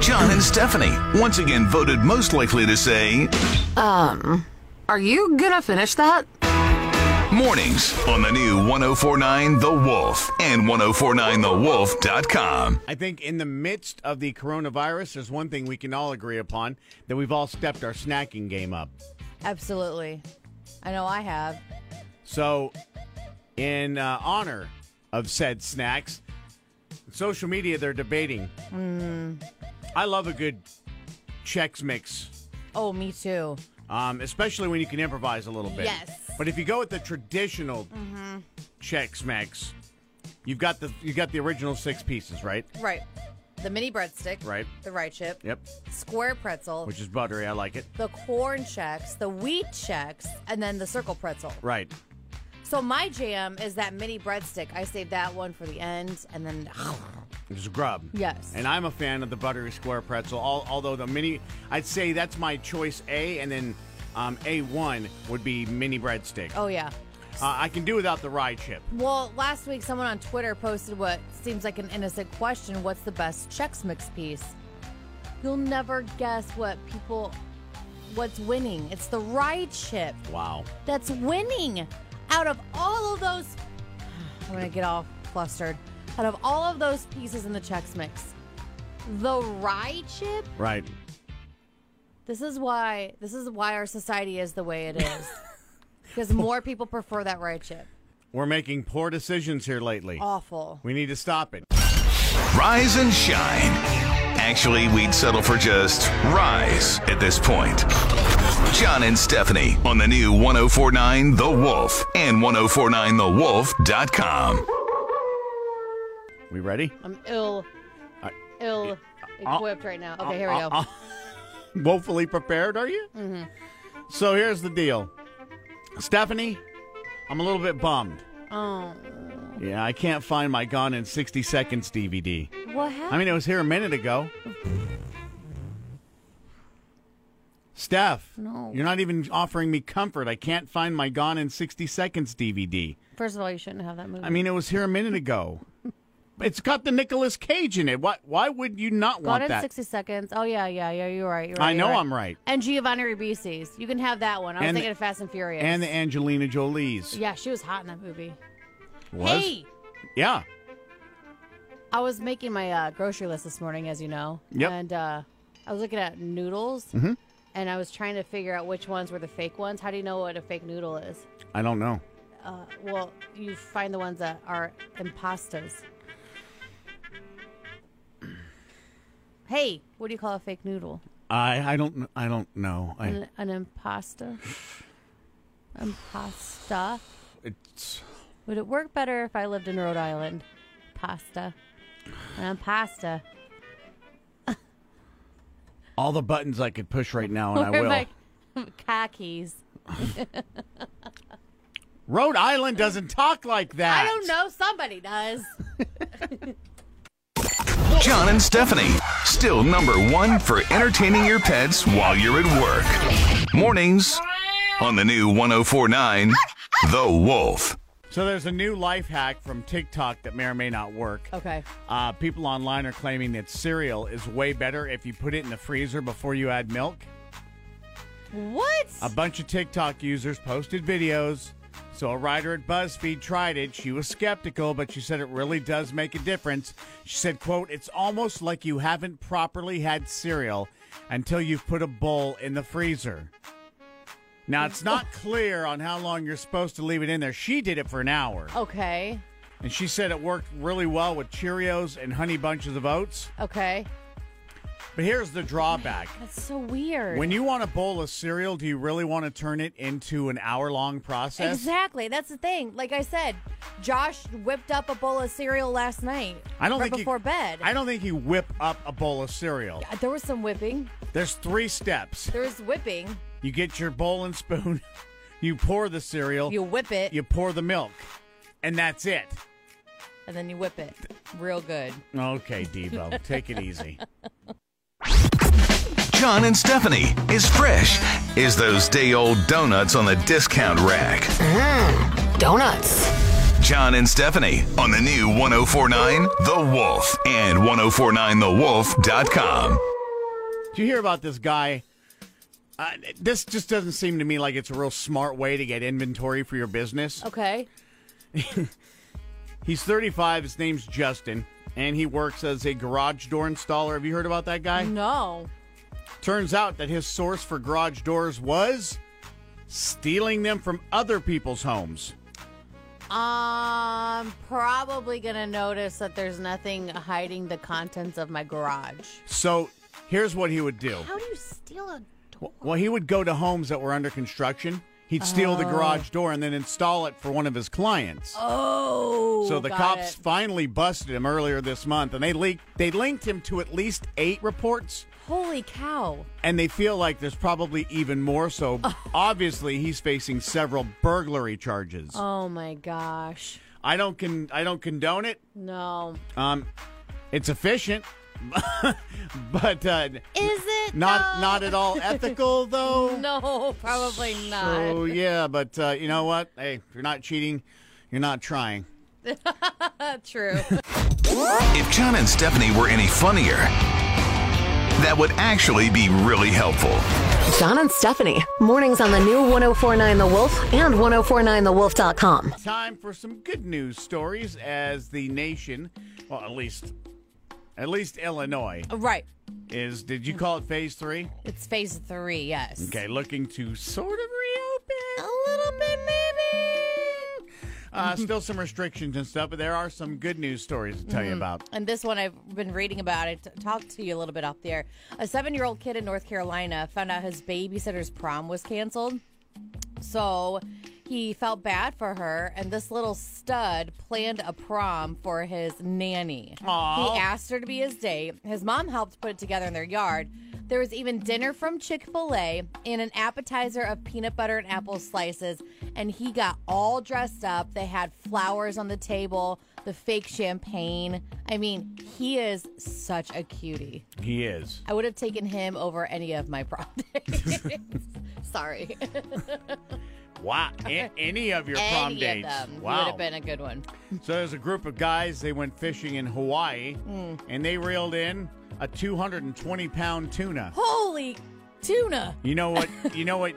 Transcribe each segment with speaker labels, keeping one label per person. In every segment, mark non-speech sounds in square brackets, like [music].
Speaker 1: John and Stephanie, once again voted most likely to say
Speaker 2: Um, are you gonna finish that?
Speaker 1: mornings on the new 1049 The Wolf and 1049TheWolf.com.
Speaker 3: I think in the midst of the coronavirus, there's one thing we can all agree upon that we've all stepped our snacking game up.
Speaker 4: Absolutely. I know I have.
Speaker 3: So, in uh, honor of said snacks, social media they're debating. I love a good Chex Mix,
Speaker 4: Oh, me too.
Speaker 3: um, especially when you can improvise a little bit.
Speaker 4: Yes.
Speaker 3: But if you go with the traditional Chex Mix, you've got the you got the original six pieces, right?
Speaker 4: Right. The mini breadstick.
Speaker 3: Right.
Speaker 4: The rye chip.
Speaker 3: Yep.
Speaker 4: Square pretzel.
Speaker 3: Which is buttery. I like it.
Speaker 4: the corn checks, the wheat checks, and then the circle pretzel.
Speaker 3: Right.
Speaker 4: So my jam is that mini breadstick. I saved that one for the end, and then [sighs]
Speaker 3: There's grub.
Speaker 4: Yes.
Speaker 3: And I'm a fan of the buttery square pretzel. Al- although the mini, I'd say that's my choice A, and then um, A1 would be mini breadstick.
Speaker 4: oh yeah.
Speaker 3: Uh, I can do without the rye chip.
Speaker 4: Well, last week someone on Twitter posted what seems like an innocent question: What's the best Chex Mix piece? You'll never guess what people, what's winning. It's the rye chip
Speaker 3: Wow.
Speaker 4: that's winning out of all of those. [sighs] I'm gonna get all flustered. Out of all of those pieces in the Chex Mix, the rye chip
Speaker 3: Right.
Speaker 4: This is why this is why our society is the way it
Speaker 3: [laughs]
Speaker 4: is. Because more people prefer that right chip.
Speaker 3: We're making poor decisions here lately.
Speaker 4: Oh. Awful.
Speaker 3: We need to stop it.
Speaker 1: Rise and shine. Actually, we'd settle for just rise at this point. John and Stephanie on the new 1049 The Wolf and 1049TheWolf.com.
Speaker 3: We ready? [laughs]
Speaker 4: I'm ill
Speaker 3: I- Uh,
Speaker 4: ill equipped right now. Okay, here we go.
Speaker 3: Woefully prepared, are you? Mm-hmm. So here's the deal Stephanie, I'm a little bit bummed.
Speaker 4: Oh.
Speaker 3: Yeah, I can't find my Gone in 60 Seconds DVD.
Speaker 4: What happened?
Speaker 3: I mean, it was here a minute ago. Steph,
Speaker 4: No.
Speaker 3: you're not even offering me comfort. I can't find my Gone in 60 Seconds DVD.
Speaker 4: First of all, you shouldn't have that movie.
Speaker 3: I mean, it was here a minute ago. It's got the Nicolas Cage in it. Why, why would you not
Speaker 4: Gone
Speaker 3: want
Speaker 4: in
Speaker 3: that?
Speaker 4: 60 seconds. Oh, yeah, yeah, yeah, you're right. You're right
Speaker 3: I know
Speaker 4: you're right.
Speaker 3: I'm right.
Speaker 4: And Giovanni Ribisi's. You can have that one. I was
Speaker 3: And-
Speaker 4: thinking of Fast and Furious.
Speaker 3: And the Angelina Jolie's.
Speaker 4: yeah, she was hot in that movie.
Speaker 3: Was?
Speaker 4: Hey!
Speaker 3: Yeah.
Speaker 4: I was making my uh, grocery list this morning, as you know.
Speaker 3: Yep. Mm-hmm.
Speaker 4: And uh, I was looking at noodles, and I was trying to figure out which ones were the fake ones. How do you know what a fake noodle is?
Speaker 3: I don't know.
Speaker 4: Uh, well, you find the ones that are impastas. Hey, what do you call a fake noodle?
Speaker 3: I, I don't I don't know. I,
Speaker 4: An, an impasta? Impasta?
Speaker 3: it's
Speaker 4: Would it work better if I lived in Rhode Island? Pasta. An impasta.
Speaker 3: all the buttons I could push right
Speaker 4: [laughs]
Speaker 3: now, and I
Speaker 4: Or
Speaker 3: will.
Speaker 4: my khakis.
Speaker 3: Rhode Island doesn't talk like that.
Speaker 4: I don't know. Somebody does.
Speaker 1: John and Stephanie, still number one for entertaining your pets while you're at work. Mornings on the new 1049 The Wolf.
Speaker 3: So there's a new life hack from TikTok that may or may not work.
Speaker 4: Okay.
Speaker 3: Uh, people online are claiming that cereal is way better if you put it in the freezer before you add milk.
Speaker 4: What?
Speaker 3: A bunch of TikTok users posted videos. So a writer at BuzzFeed tried it. She was skeptical, but she said it really does make a difference. She said, quote, it's almost like you haven't properly had cereal until you've put a bowl in the freezer. Now it's not clear on how long you're supposed to leave it in there. She did it for an hour.
Speaker 4: okay.
Speaker 3: And she said it worked really well with Cheerios and honey bunches of oats.
Speaker 4: Okay.
Speaker 3: But here's the drawback.
Speaker 4: That's so weird.
Speaker 3: When you want a bowl of cereal, do you really want to turn it into an hour long process?
Speaker 4: exactly. That's the thing. Like I said, Josh whipped up a bowl of cereal last night.
Speaker 3: I don't
Speaker 4: right
Speaker 3: think
Speaker 4: before
Speaker 3: you,
Speaker 4: bed. Uh,
Speaker 3: I don't think you whip up a bowl of cereal.
Speaker 4: there was some whipping.
Speaker 3: There's three steps.
Speaker 4: There was whipping.
Speaker 3: You get your bowl and spoon, [laughs] you pour the cereal,
Speaker 4: You whip it,
Speaker 3: Oh. you pour the milk, and that's it.
Speaker 4: and then you whip it real good.
Speaker 3: Okay,
Speaker 4: [laughs]
Speaker 3: Debo, take it easy.
Speaker 1: John and Stephanie is fresh is those day old donuts on the discount rack.
Speaker 2: Donuts.
Speaker 1: John and Stephanie on oh the new 1049 The Wolf and 1049TheWolf.com.
Speaker 3: Do you hear about this guy? Uh, this just doesn't seem to me like it's a real smart way to get inventory for your business.
Speaker 4: Okay.
Speaker 3: He's 35. His name's Justin, and he works as a garage door installer. Have you heard about that guy?
Speaker 4: No.
Speaker 3: Turns out that his source for garage doors was stealing them from other people's homes.
Speaker 4: I'm probably gonna notice that there's nothing hiding the contents of my garage.
Speaker 3: So here's what he would do.
Speaker 4: How do you steal a door?
Speaker 3: Well, he would go to homes that were under construction. He'd steal the garage door and then install it for one of his clients.
Speaker 4: Oh.
Speaker 3: so the
Speaker 4: got
Speaker 3: cops
Speaker 4: it.
Speaker 3: finally busted him earlier this month, and they leaked, they linked him to at least eight reports.
Speaker 4: Holy cow.
Speaker 3: And they feel like there's probably even more. So obviously, he's facing several burglary charges.
Speaker 4: Oh my gosh.
Speaker 3: I don't con- I don't condone it.
Speaker 4: No.
Speaker 3: Um, it's efficient, [laughs] but uh,
Speaker 4: Is it?
Speaker 3: not
Speaker 4: though?
Speaker 3: not at all ethical though.
Speaker 4: No, probably not.
Speaker 3: So yeah, but uh, you know what? Hey, if you're not cheating, you're not trying.
Speaker 4: True. [laughs]
Speaker 1: If John and Stephanie were any funnier, that would actually be really helpful.
Speaker 5: John and Stephanie. Mornings on the new 1049 The Wolf and 1049TheWolf.com.
Speaker 3: Time for some good news stories as the nation, well, at least, at least Illinois
Speaker 4: right.
Speaker 3: is. Did you call it phase three?
Speaker 4: It's phase three, yes.
Speaker 3: Okay, looking to sort of reopen.
Speaker 4: A little bit, maybe.
Speaker 3: Uh,
Speaker 4: [laughs]
Speaker 3: still some restrictions and stuff, but there are some good news stories to tell
Speaker 4: Mm-hmm.
Speaker 3: you about.
Speaker 4: And this one I've been reading about. I t- talked to you a little bit off the air. A seven year old kid in North Carolina found out his babysitter's prom was canceled. So he felt bad for her, and this little stud planned a prom for his nanny.
Speaker 3: Aw.
Speaker 4: He asked her to be his date. His mom helped put it together in their yard. There was even dinner from Chick fil A and an appetizer of peanut butter and apple slices. And he got all dressed up. They had flowers on the table, the fake champagne. I mean, he is such a cutie.
Speaker 3: He is.
Speaker 4: I would have taken him over any of my [laughs] prom dates. Sorry.
Speaker 3: Wow.
Speaker 4: [laughs]
Speaker 3: A- any of your prom
Speaker 4: Any
Speaker 3: dates.
Speaker 4: Of them
Speaker 3: Wow.
Speaker 4: would have been a good one.
Speaker 3: So there's a group of guys. They went fishing in Hawaii,
Speaker 4: Mm.
Speaker 3: and they reeled in a 220 pound tuna.
Speaker 4: Holy tuna!
Speaker 3: You know
Speaker 4: [laughs]
Speaker 3: what? you know what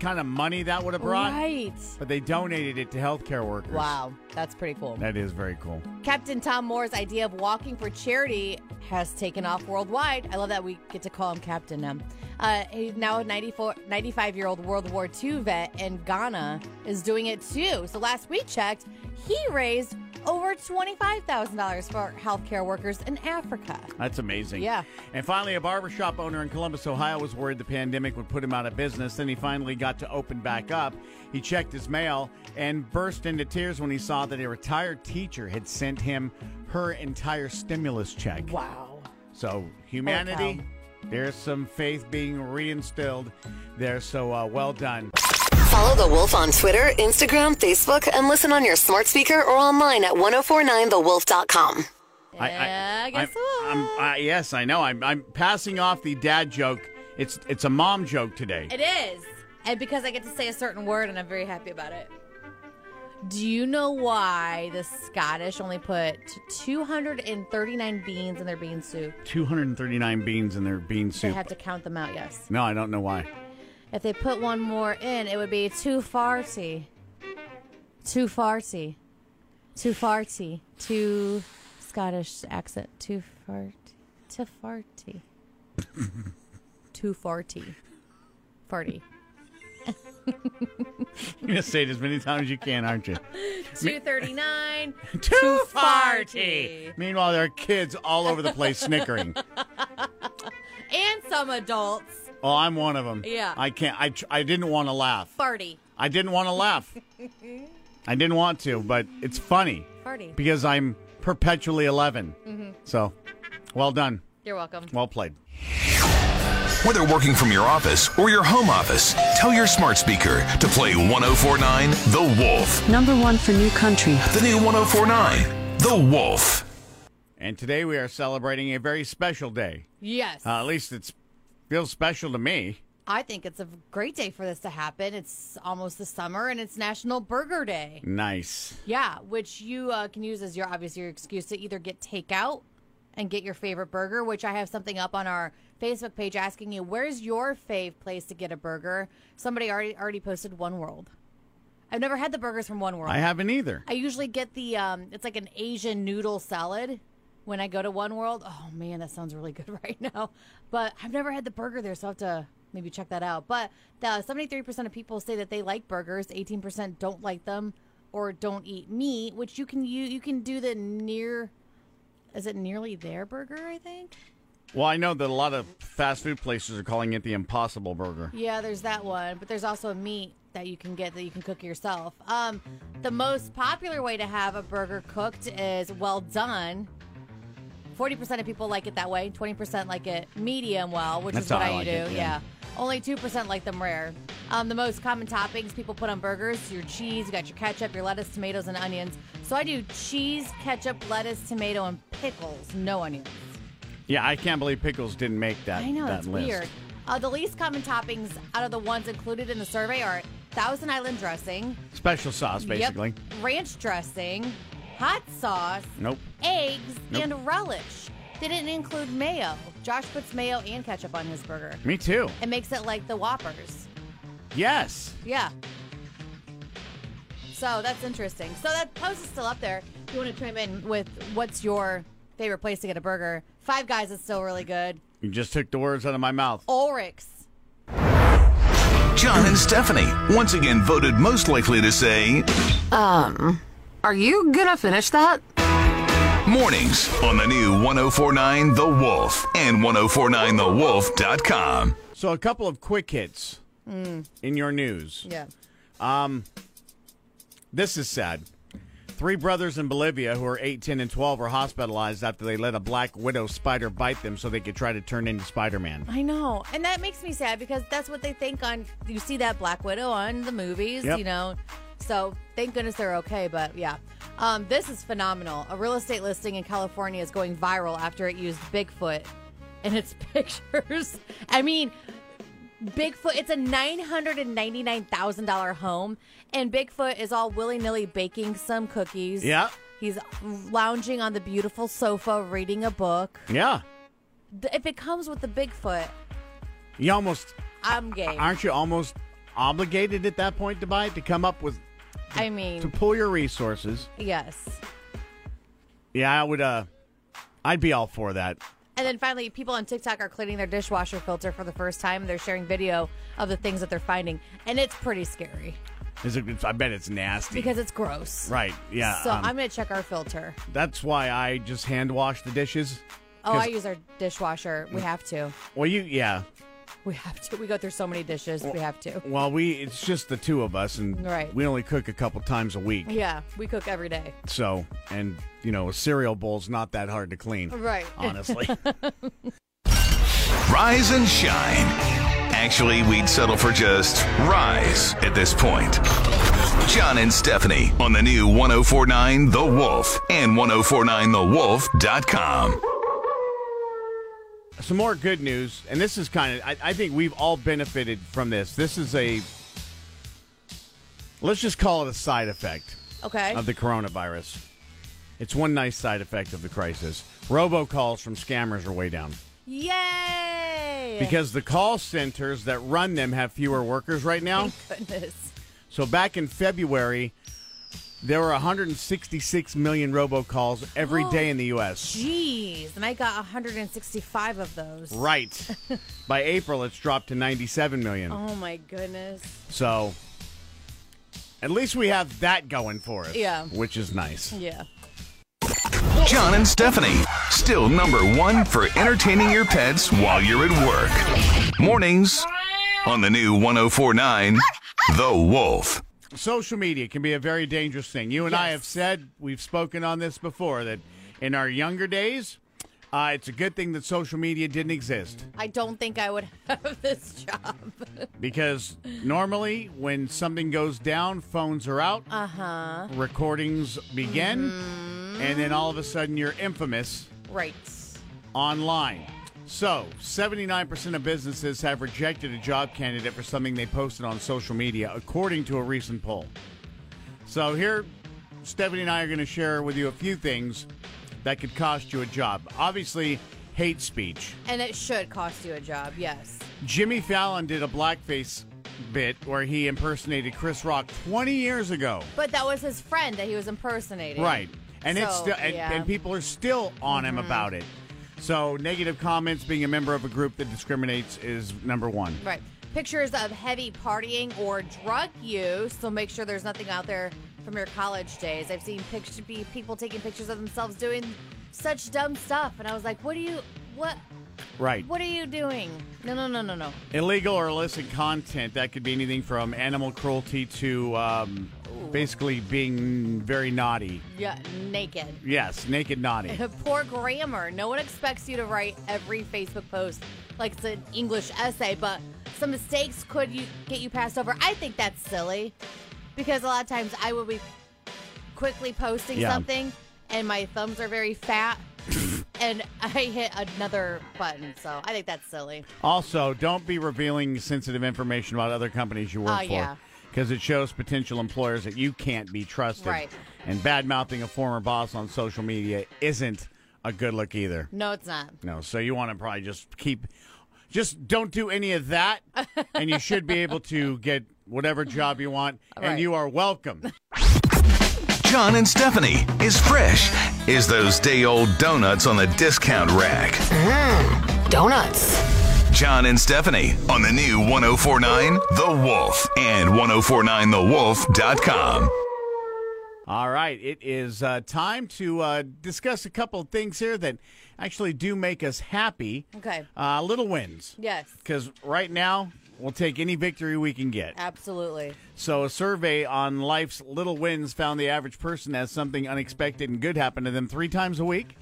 Speaker 3: kind of money that would have brought?
Speaker 4: Right.
Speaker 3: But they donated it to healthcare workers.
Speaker 4: Wow, that's pretty cool.
Speaker 3: That is very cool.
Speaker 4: Captain Tom Moore's idea of walking for charity has taken off worldwide. I love that we get to call him Captain now. Uh, he's now a 94, 95 year old World War II vet, and Ghana is doing it too. So last we checked, he raised over $25,000 for healthcare workers in Africa.
Speaker 3: That's amazing.
Speaker 4: Yeah.
Speaker 3: And finally, a barbershop owner in Columbus, Ohio was worried the pandemic would put him out of business. Then he finally got to open back up. He checked his mail and burst into tears when he saw that a retired teacher had sent him her entire stimulus check.
Speaker 4: Wow.
Speaker 3: So, humanity, there's some faith being reinstilled there. So, uh, well done.
Speaker 5: Follow The Wolf on Twitter, Instagram, Facebook, and listen on your smart speaker or online at 1049TheWolf.com.
Speaker 4: Yeah, I guess
Speaker 3: I'm- I'm- I- yes, I know. I'm, I'm passing off the dad joke. It's it's a mom joke today.
Speaker 4: It is. And because I get to say a certain word and I'm very happy about it. Do you know why the Scottish only put 239 beans in their bean soup?
Speaker 3: 239 beans in their bean
Speaker 4: They
Speaker 3: soup.
Speaker 4: had to count them out, yes.
Speaker 3: No, I don't know
Speaker 4: [laughs]
Speaker 3: why.
Speaker 4: If they put one more in, it would be too farty. Too farty. Too farty. Too Scottish accent. Too farty. Too farty. too farty. Farty.
Speaker 3: You're gonna say it as many times as you can,
Speaker 4: [laughs]
Speaker 3: aren't you?
Speaker 4: 239.
Speaker 3: Too
Speaker 4: farty.
Speaker 3: Meanwhile, there are kids all over the place
Speaker 4: [laughs]
Speaker 3: snickering.
Speaker 4: and some adults.
Speaker 3: Oh, I'm one of them.
Speaker 4: Yeah.
Speaker 3: I can't. I tr- I didn't want to laugh.
Speaker 4: Farty.
Speaker 3: I didn't want to laugh. I didn't want to, but it's funny
Speaker 4: Farty.
Speaker 3: because I'm perpetually 11.
Speaker 4: Mm-hmm.
Speaker 3: So, well done.
Speaker 4: You're welcome.
Speaker 3: Well played.
Speaker 1: Whether working from your office or your home office, tell your smart speaker to play 1049 The Wolf.
Speaker 6: Number one for new country.
Speaker 1: The new 1049 The Wolf.
Speaker 3: And today we are celebrating a very special day.
Speaker 4: Yes.
Speaker 3: Uh, at least it's feels special to me.
Speaker 4: I think it's a great day for this to happen. It's almost the summer and it's National Burger Day.
Speaker 3: Nice.
Speaker 4: Yeah, which you uh, can use as your obviously your excuse to either get takeout and get your favorite burger, which I have something up on our Facebook page asking you, where's your fave place to get a burger? Somebody already already posted One World. I've never had the burgers from One World.
Speaker 3: I haven't either.
Speaker 4: I usually get the um, it's like an Asian noodle salad when I go to One World. Oh man, that sounds really [laughs] good right now. But I've never had the burger there, so I'll have to maybe check that out. But the seventy-three percent of people say that they like burgers. Eighteen percent don't like them or don't eat meat, which you can you you can do the near. Is it nearly there burger? I think.
Speaker 3: Well, I know that a lot of fast food places are calling it the Impossible Burger.
Speaker 4: Yeah, there's that one, but there's also a meat that you can get that you can cook yourself. Um, the most popular way to have a burger cooked is well done. Forty percent of people like it that way. Twenty percent like it medium well, which
Speaker 3: That's
Speaker 4: is what
Speaker 3: how I
Speaker 4: I,
Speaker 3: like
Speaker 4: do.
Speaker 3: it, yeah.
Speaker 4: yeah. Only two percent like them rare. Um, the most common toppings people put on burgers: your cheese, you got your ketchup, your lettuce, tomatoes, and onions. So I do cheese, ketchup, lettuce, tomato, and pickles. No onions.
Speaker 3: Yeah, I can't believe Pickles didn't make that.
Speaker 4: I know
Speaker 3: that
Speaker 4: that's
Speaker 3: list.
Speaker 4: weird. Uh, the least common toppings out of the ones included in the survey are Thousand Island dressing,
Speaker 3: Special sauce,
Speaker 4: yep,
Speaker 3: basically.
Speaker 4: ranch dressing, hot sauce,
Speaker 3: Nope.
Speaker 4: eggs,
Speaker 3: Nope.
Speaker 4: and relish. They didn't include mayo. Josh puts mayo and ketchup on his burger.
Speaker 3: Me too.
Speaker 4: It makes it like the Whoppers.
Speaker 3: Yes.
Speaker 4: Yeah. So that's interesting. So that post is still up there. If you want to chime in with what's your favorite place to get a burger? Five Guys is still really good.
Speaker 3: You just took the words out of my mouth.
Speaker 4: Ulrich's
Speaker 1: John and Stephanie, once again voted most likely to say
Speaker 2: Um, are you gonna finish that?
Speaker 1: mornings on the new 1049 The Wolf and 1049TheWolf.com.
Speaker 3: So, a couple of quick hits
Speaker 4: Hmm.
Speaker 3: in your news.
Speaker 4: Yeah.
Speaker 3: This is sad. Three brothers in Bolivia who are 8, 10, and 12 were hospitalized after they let a black widow spider bite them so they could try to turn into Spider Man.
Speaker 4: I know. And that makes me sad because that's what they think on you see that Black Widow on the movies,
Speaker 3: Yep.
Speaker 4: you know. So thank goodness they're okay, but yeah. Um, this is phenomenal. A real estate listing in California is going viral after it used Bigfoot in its [laughs] pictures. I mean, Bigfoot, it's a $999,000 home, and Bigfoot is all willy nilly baking some cookies.
Speaker 3: Yeah.
Speaker 4: He's lounging on the beautiful sofa reading a book.
Speaker 3: Yeah.
Speaker 4: Th- If it comes with the Bigfoot,
Speaker 3: You almost,
Speaker 4: I'm gay.
Speaker 3: aren't you almost obligated at that point to buy it? To come up with,
Speaker 4: I
Speaker 3: to
Speaker 4: mean,
Speaker 3: pull your resources?
Speaker 4: yes.
Speaker 3: Yeah, I would, uh, I'd be all for that.
Speaker 4: And then finally, people on TikTok are cleaning their dishwasher filter for the first time. They're sharing video of the things that they're finding, and it's pretty scary
Speaker 3: Is it- I bet it's nasty.
Speaker 4: because it's gross.
Speaker 3: right. Yeah.
Speaker 4: So
Speaker 3: um,
Speaker 4: I'm gonna check our filter.
Speaker 3: That's why I just hand wash the dishes.
Speaker 4: Oh,
Speaker 3: 'Cause- Mm.
Speaker 4: I use our dishwasher. We have to.
Speaker 3: Well, you yeah.
Speaker 4: We have to. We go through so many dishes. We have to.
Speaker 3: Well, we it's just the two of us, and
Speaker 4: Right.
Speaker 3: we only cook a couple times a week.
Speaker 4: Yeah, we cook every day.
Speaker 3: So, and you know, a cereal bowl's not that hard to clean.
Speaker 4: Right.
Speaker 3: Honestly.
Speaker 4: [laughs]
Speaker 1: Rise and shine. Actually, we'd settle for just rise at this point. John and Stephanie on the new 1049 The Wolf and 1049TheWolf.com.
Speaker 3: Some more good news, and this is kind of I, I think we've all benefited from this. This is a let's just call it a side effect
Speaker 4: Okay.
Speaker 3: of the coronavirus. It's one nice side effect of the crisis. Robocalls from scammers are way down.
Speaker 4: Yay!
Speaker 3: because the call centers that run them have fewer workers right now.
Speaker 4: Thank goodness.
Speaker 3: So back in February, there were 166 million robocalls every day in the
Speaker 4: [gasps]
Speaker 3: U.S.
Speaker 4: Jeez, and I got 165 of those.
Speaker 3: Right. By April, it's dropped to 97 million.
Speaker 4: Oh my goodness.
Speaker 3: So at least we have that going for us.
Speaker 4: Yeah.
Speaker 3: Which is nice.
Speaker 4: Yeah.
Speaker 1: John and Stephanie, still number one for entertaining your pets while you're at work. Mornings on the new 1049 The Wolf.
Speaker 3: Social media can be a very dangerous thing. You and I
Speaker 4: Yes.
Speaker 3: have said, we've spoken on this before, that in our younger days, uh, it's a good thing that social media didn't exist.
Speaker 4: I don't think I would [laughs] have this job.
Speaker 3: Because normally, when something goes down, phones are out,
Speaker 4: Uh huh.
Speaker 3: recordings begin, and then all of a sudden you're infamous
Speaker 4: Right.
Speaker 3: online. So, 79% of businesses have rejected a job candidate for something they posted on social media, according to a recent poll. So, here, Stephanie and I are going to share with you a few things that could cost you a job. Obviously, hate speech.
Speaker 4: And it should cost you a job, yes.
Speaker 3: Jimmy Fallon did a blackface bit where he impersonated Chris Rock 20 years ago.
Speaker 4: But that was his friend that he was impersonating.
Speaker 3: Right. And it's
Speaker 4: So,
Speaker 3: still and,
Speaker 4: yeah. Mm-hmm.
Speaker 3: and people are still on him about it. So negative comments being a member of a group that discriminates is number one.
Speaker 4: Right. Pictures of heavy partying or drug use. So make sure there's nothing out there from your college days. I've seen pictures, be people taking pictures of themselves doing such dumb stuff, and I was like, "What are you? What?
Speaker 3: Right.
Speaker 4: What are you doing? No, no, no, no, no.
Speaker 3: Illegal or illicit content that could be anything from animal cruelty to um, basically being very naughty.
Speaker 4: Yeah, naked.
Speaker 3: Yes, naked
Speaker 4: [laughs]
Speaker 3: naughty.
Speaker 4: Poor grammar. No one expects you to write every Facebook post like it's an English essay, but some mistakes could you get you passed over. I think that's silly because a lot of times I will be quickly posting
Speaker 3: Yeah.
Speaker 4: something and my thumbs are very fat [laughs] and I hit another button. So I think that's silly.
Speaker 3: Also, don't be revealing sensitive information about other companies you work
Speaker 4: Oh, yeah.
Speaker 3: for. Because it shows potential employers that you can't be trusted.
Speaker 4: Right.
Speaker 3: And bad mouthing a former boss on social media isn't a good look either.
Speaker 4: No, it's not.
Speaker 3: No, so you want to probably just keep, just don't do any of
Speaker 4: [laughs]
Speaker 3: that. and you should be able to get whatever job you want.
Speaker 4: Right.
Speaker 3: And you are welcome. [laughs]
Speaker 1: John and Stephanie is fresh is those day old donuts on the discount rack.
Speaker 5: Donuts.
Speaker 1: John and Stephanie on the new 1049 The Wolf and 1049TheWolf.com.
Speaker 3: All right, it is uh, time to uh, discuss a couple of things here that actually do make us happy.
Speaker 4: Okay.
Speaker 3: Uh, little wins.
Speaker 4: Yes.
Speaker 3: Because right now, we'll take any victory we can get.
Speaker 4: Absolutely.
Speaker 3: So, a survey on life's little wins found the average person has something unexpected and good happen to them three times a week.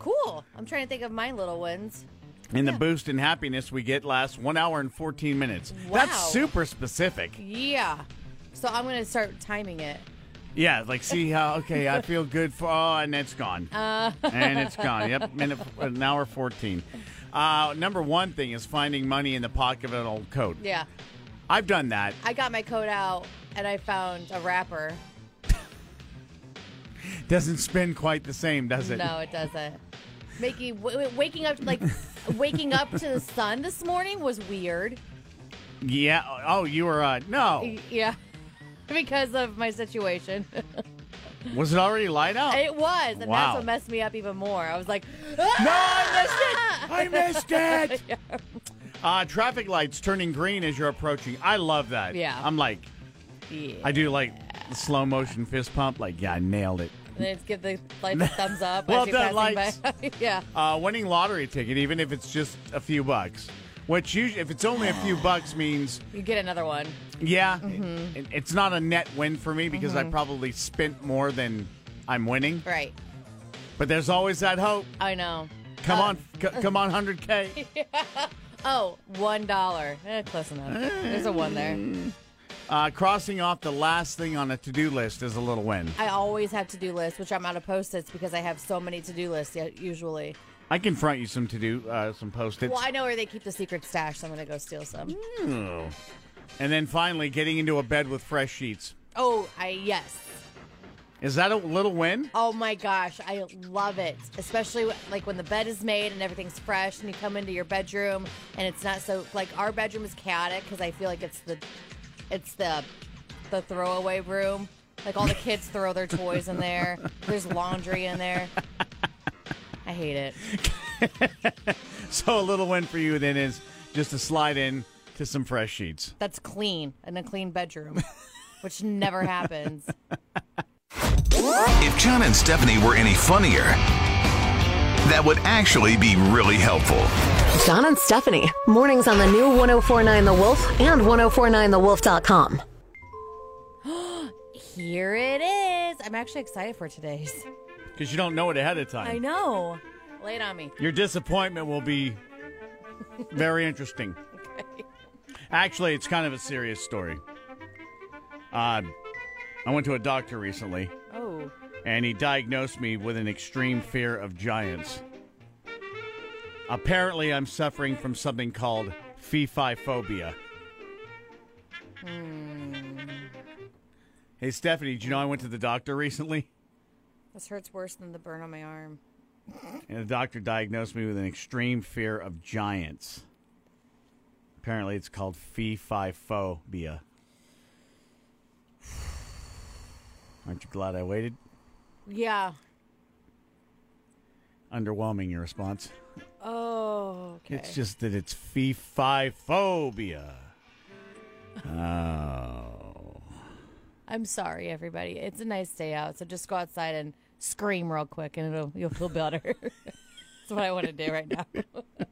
Speaker 4: Cool. I'm trying to think of my little ones.
Speaker 3: And the boost in happiness we get lasts one hour and 14 minutes. That's
Speaker 4: Wow.
Speaker 3: super specific.
Speaker 4: Yeah. So I'm going to start timing it.
Speaker 3: Yeah, like see how, okay, I feel good for, oh, and it's gone.
Speaker 4: Uh. [laughs]
Speaker 3: And it's gone. Yep, minute, an hour 14. Uh, number one thing is finding money in the pocket of an old coat.
Speaker 4: Yeah.
Speaker 3: I've done that.
Speaker 4: I got my coat out and I found a wrapper.
Speaker 3: Doesn't spin quite the same, does it?
Speaker 4: No, it doesn't. Making w- w- waking up like [laughs] waking up to the sun this morning was weird.
Speaker 3: Yeah. Oh, you were. Uh, no.
Speaker 4: Y- Yeah, [laughs] because of my situation, [laughs]
Speaker 3: Was it already light out?
Speaker 4: it was, and
Speaker 3: Wow.
Speaker 4: that's what messed me up even more. I was like, "Ah!"
Speaker 3: no,
Speaker 4: [laughs]
Speaker 3: I missed it. I missed it. Uh, traffic lights turning green as you're approaching. I love that.
Speaker 4: Yeah.
Speaker 3: I'm like,
Speaker 4: Yeah.
Speaker 3: I do like the slow motion fist pump. Like, yeah, I nailed it.
Speaker 4: and then just give the
Speaker 3: [laughs]
Speaker 4: lights a thumbs up.
Speaker 3: Well
Speaker 4: as you're
Speaker 3: done,
Speaker 4: passing by. [laughs] yeah,
Speaker 3: Uh, winning lottery ticket, even if it's just a few bucks. Which usually, if it's only a few bucks, means
Speaker 4: you get another one.
Speaker 3: yeah, it- it's not a net win for me because I probably spent more than I'm winning.
Speaker 4: Right.
Speaker 3: But there's always that hope.
Speaker 4: I know.
Speaker 3: Come on, c- come on, hundred k.
Speaker 4: Oh, one dollar. Eh, close enough. There's a one there.
Speaker 3: Uh, crossing off the last thing on a to-do list is a little win.
Speaker 4: I always have to do lists, which I'm out of post its because I have so many to do lists yet, usually.
Speaker 3: I can front you some to-do, uh, some post-its,
Speaker 4: Well, I know where they keep the secret stash, so I'm going to go steal some.
Speaker 3: and then finally getting into a bed with fresh sheets.
Speaker 4: Oh, I yes.
Speaker 3: Is that a little win?
Speaker 4: Oh my gosh, I love it, especially wh- like when the bed is made and everything's fresh, and you come into your bedroom and it's not so like our bedroom is chaotic because I feel like it's the it's the the throwaway room. Like all the kids throw their toys in there. There's laundry in there. I hate it.
Speaker 3: [laughs] So a little win for you then is just to slide in to some fresh sheets.
Speaker 4: That's clean in a clean bedroom, which never happens.
Speaker 1: If John and Stephanie were any funnier, that would actually be really helpful.
Speaker 5: John and Stephanie. Mornings on the new 1049 The Wolf and 1049TheWolf.com.
Speaker 4: Here it is. I'm actually excited for today's.
Speaker 3: Because you don't know it ahead of time.
Speaker 4: I know. Lay it on me.
Speaker 3: Your disappointment will be
Speaker 4: [laughs]
Speaker 3: very interesting. Actually, it's kind of a serious story. Uh, I went to a doctor recently,
Speaker 4: Oh,
Speaker 3: and he diagnosed me with an extreme fear of giants. Apparently, I'm suffering from something called fefi phobia. Hey, Stephanie, do you know I went to the doctor recently?
Speaker 4: this hurts worse than the burn on my arm.
Speaker 3: And the doctor diagnosed me with an extreme fear of giants. Apparently, it's called fee fi phobia. [sighs] Aren't you glad I waited?
Speaker 4: Yeah.
Speaker 3: Underwhelming your response.
Speaker 4: Oh, okay.
Speaker 3: It's just that it's fee fi phobia. Oh.
Speaker 4: I'm sorry, everybody. It's a nice day out, so just go outside [laughs] and scream real quick, and it'll you'll feel better. That's what I want to do right now.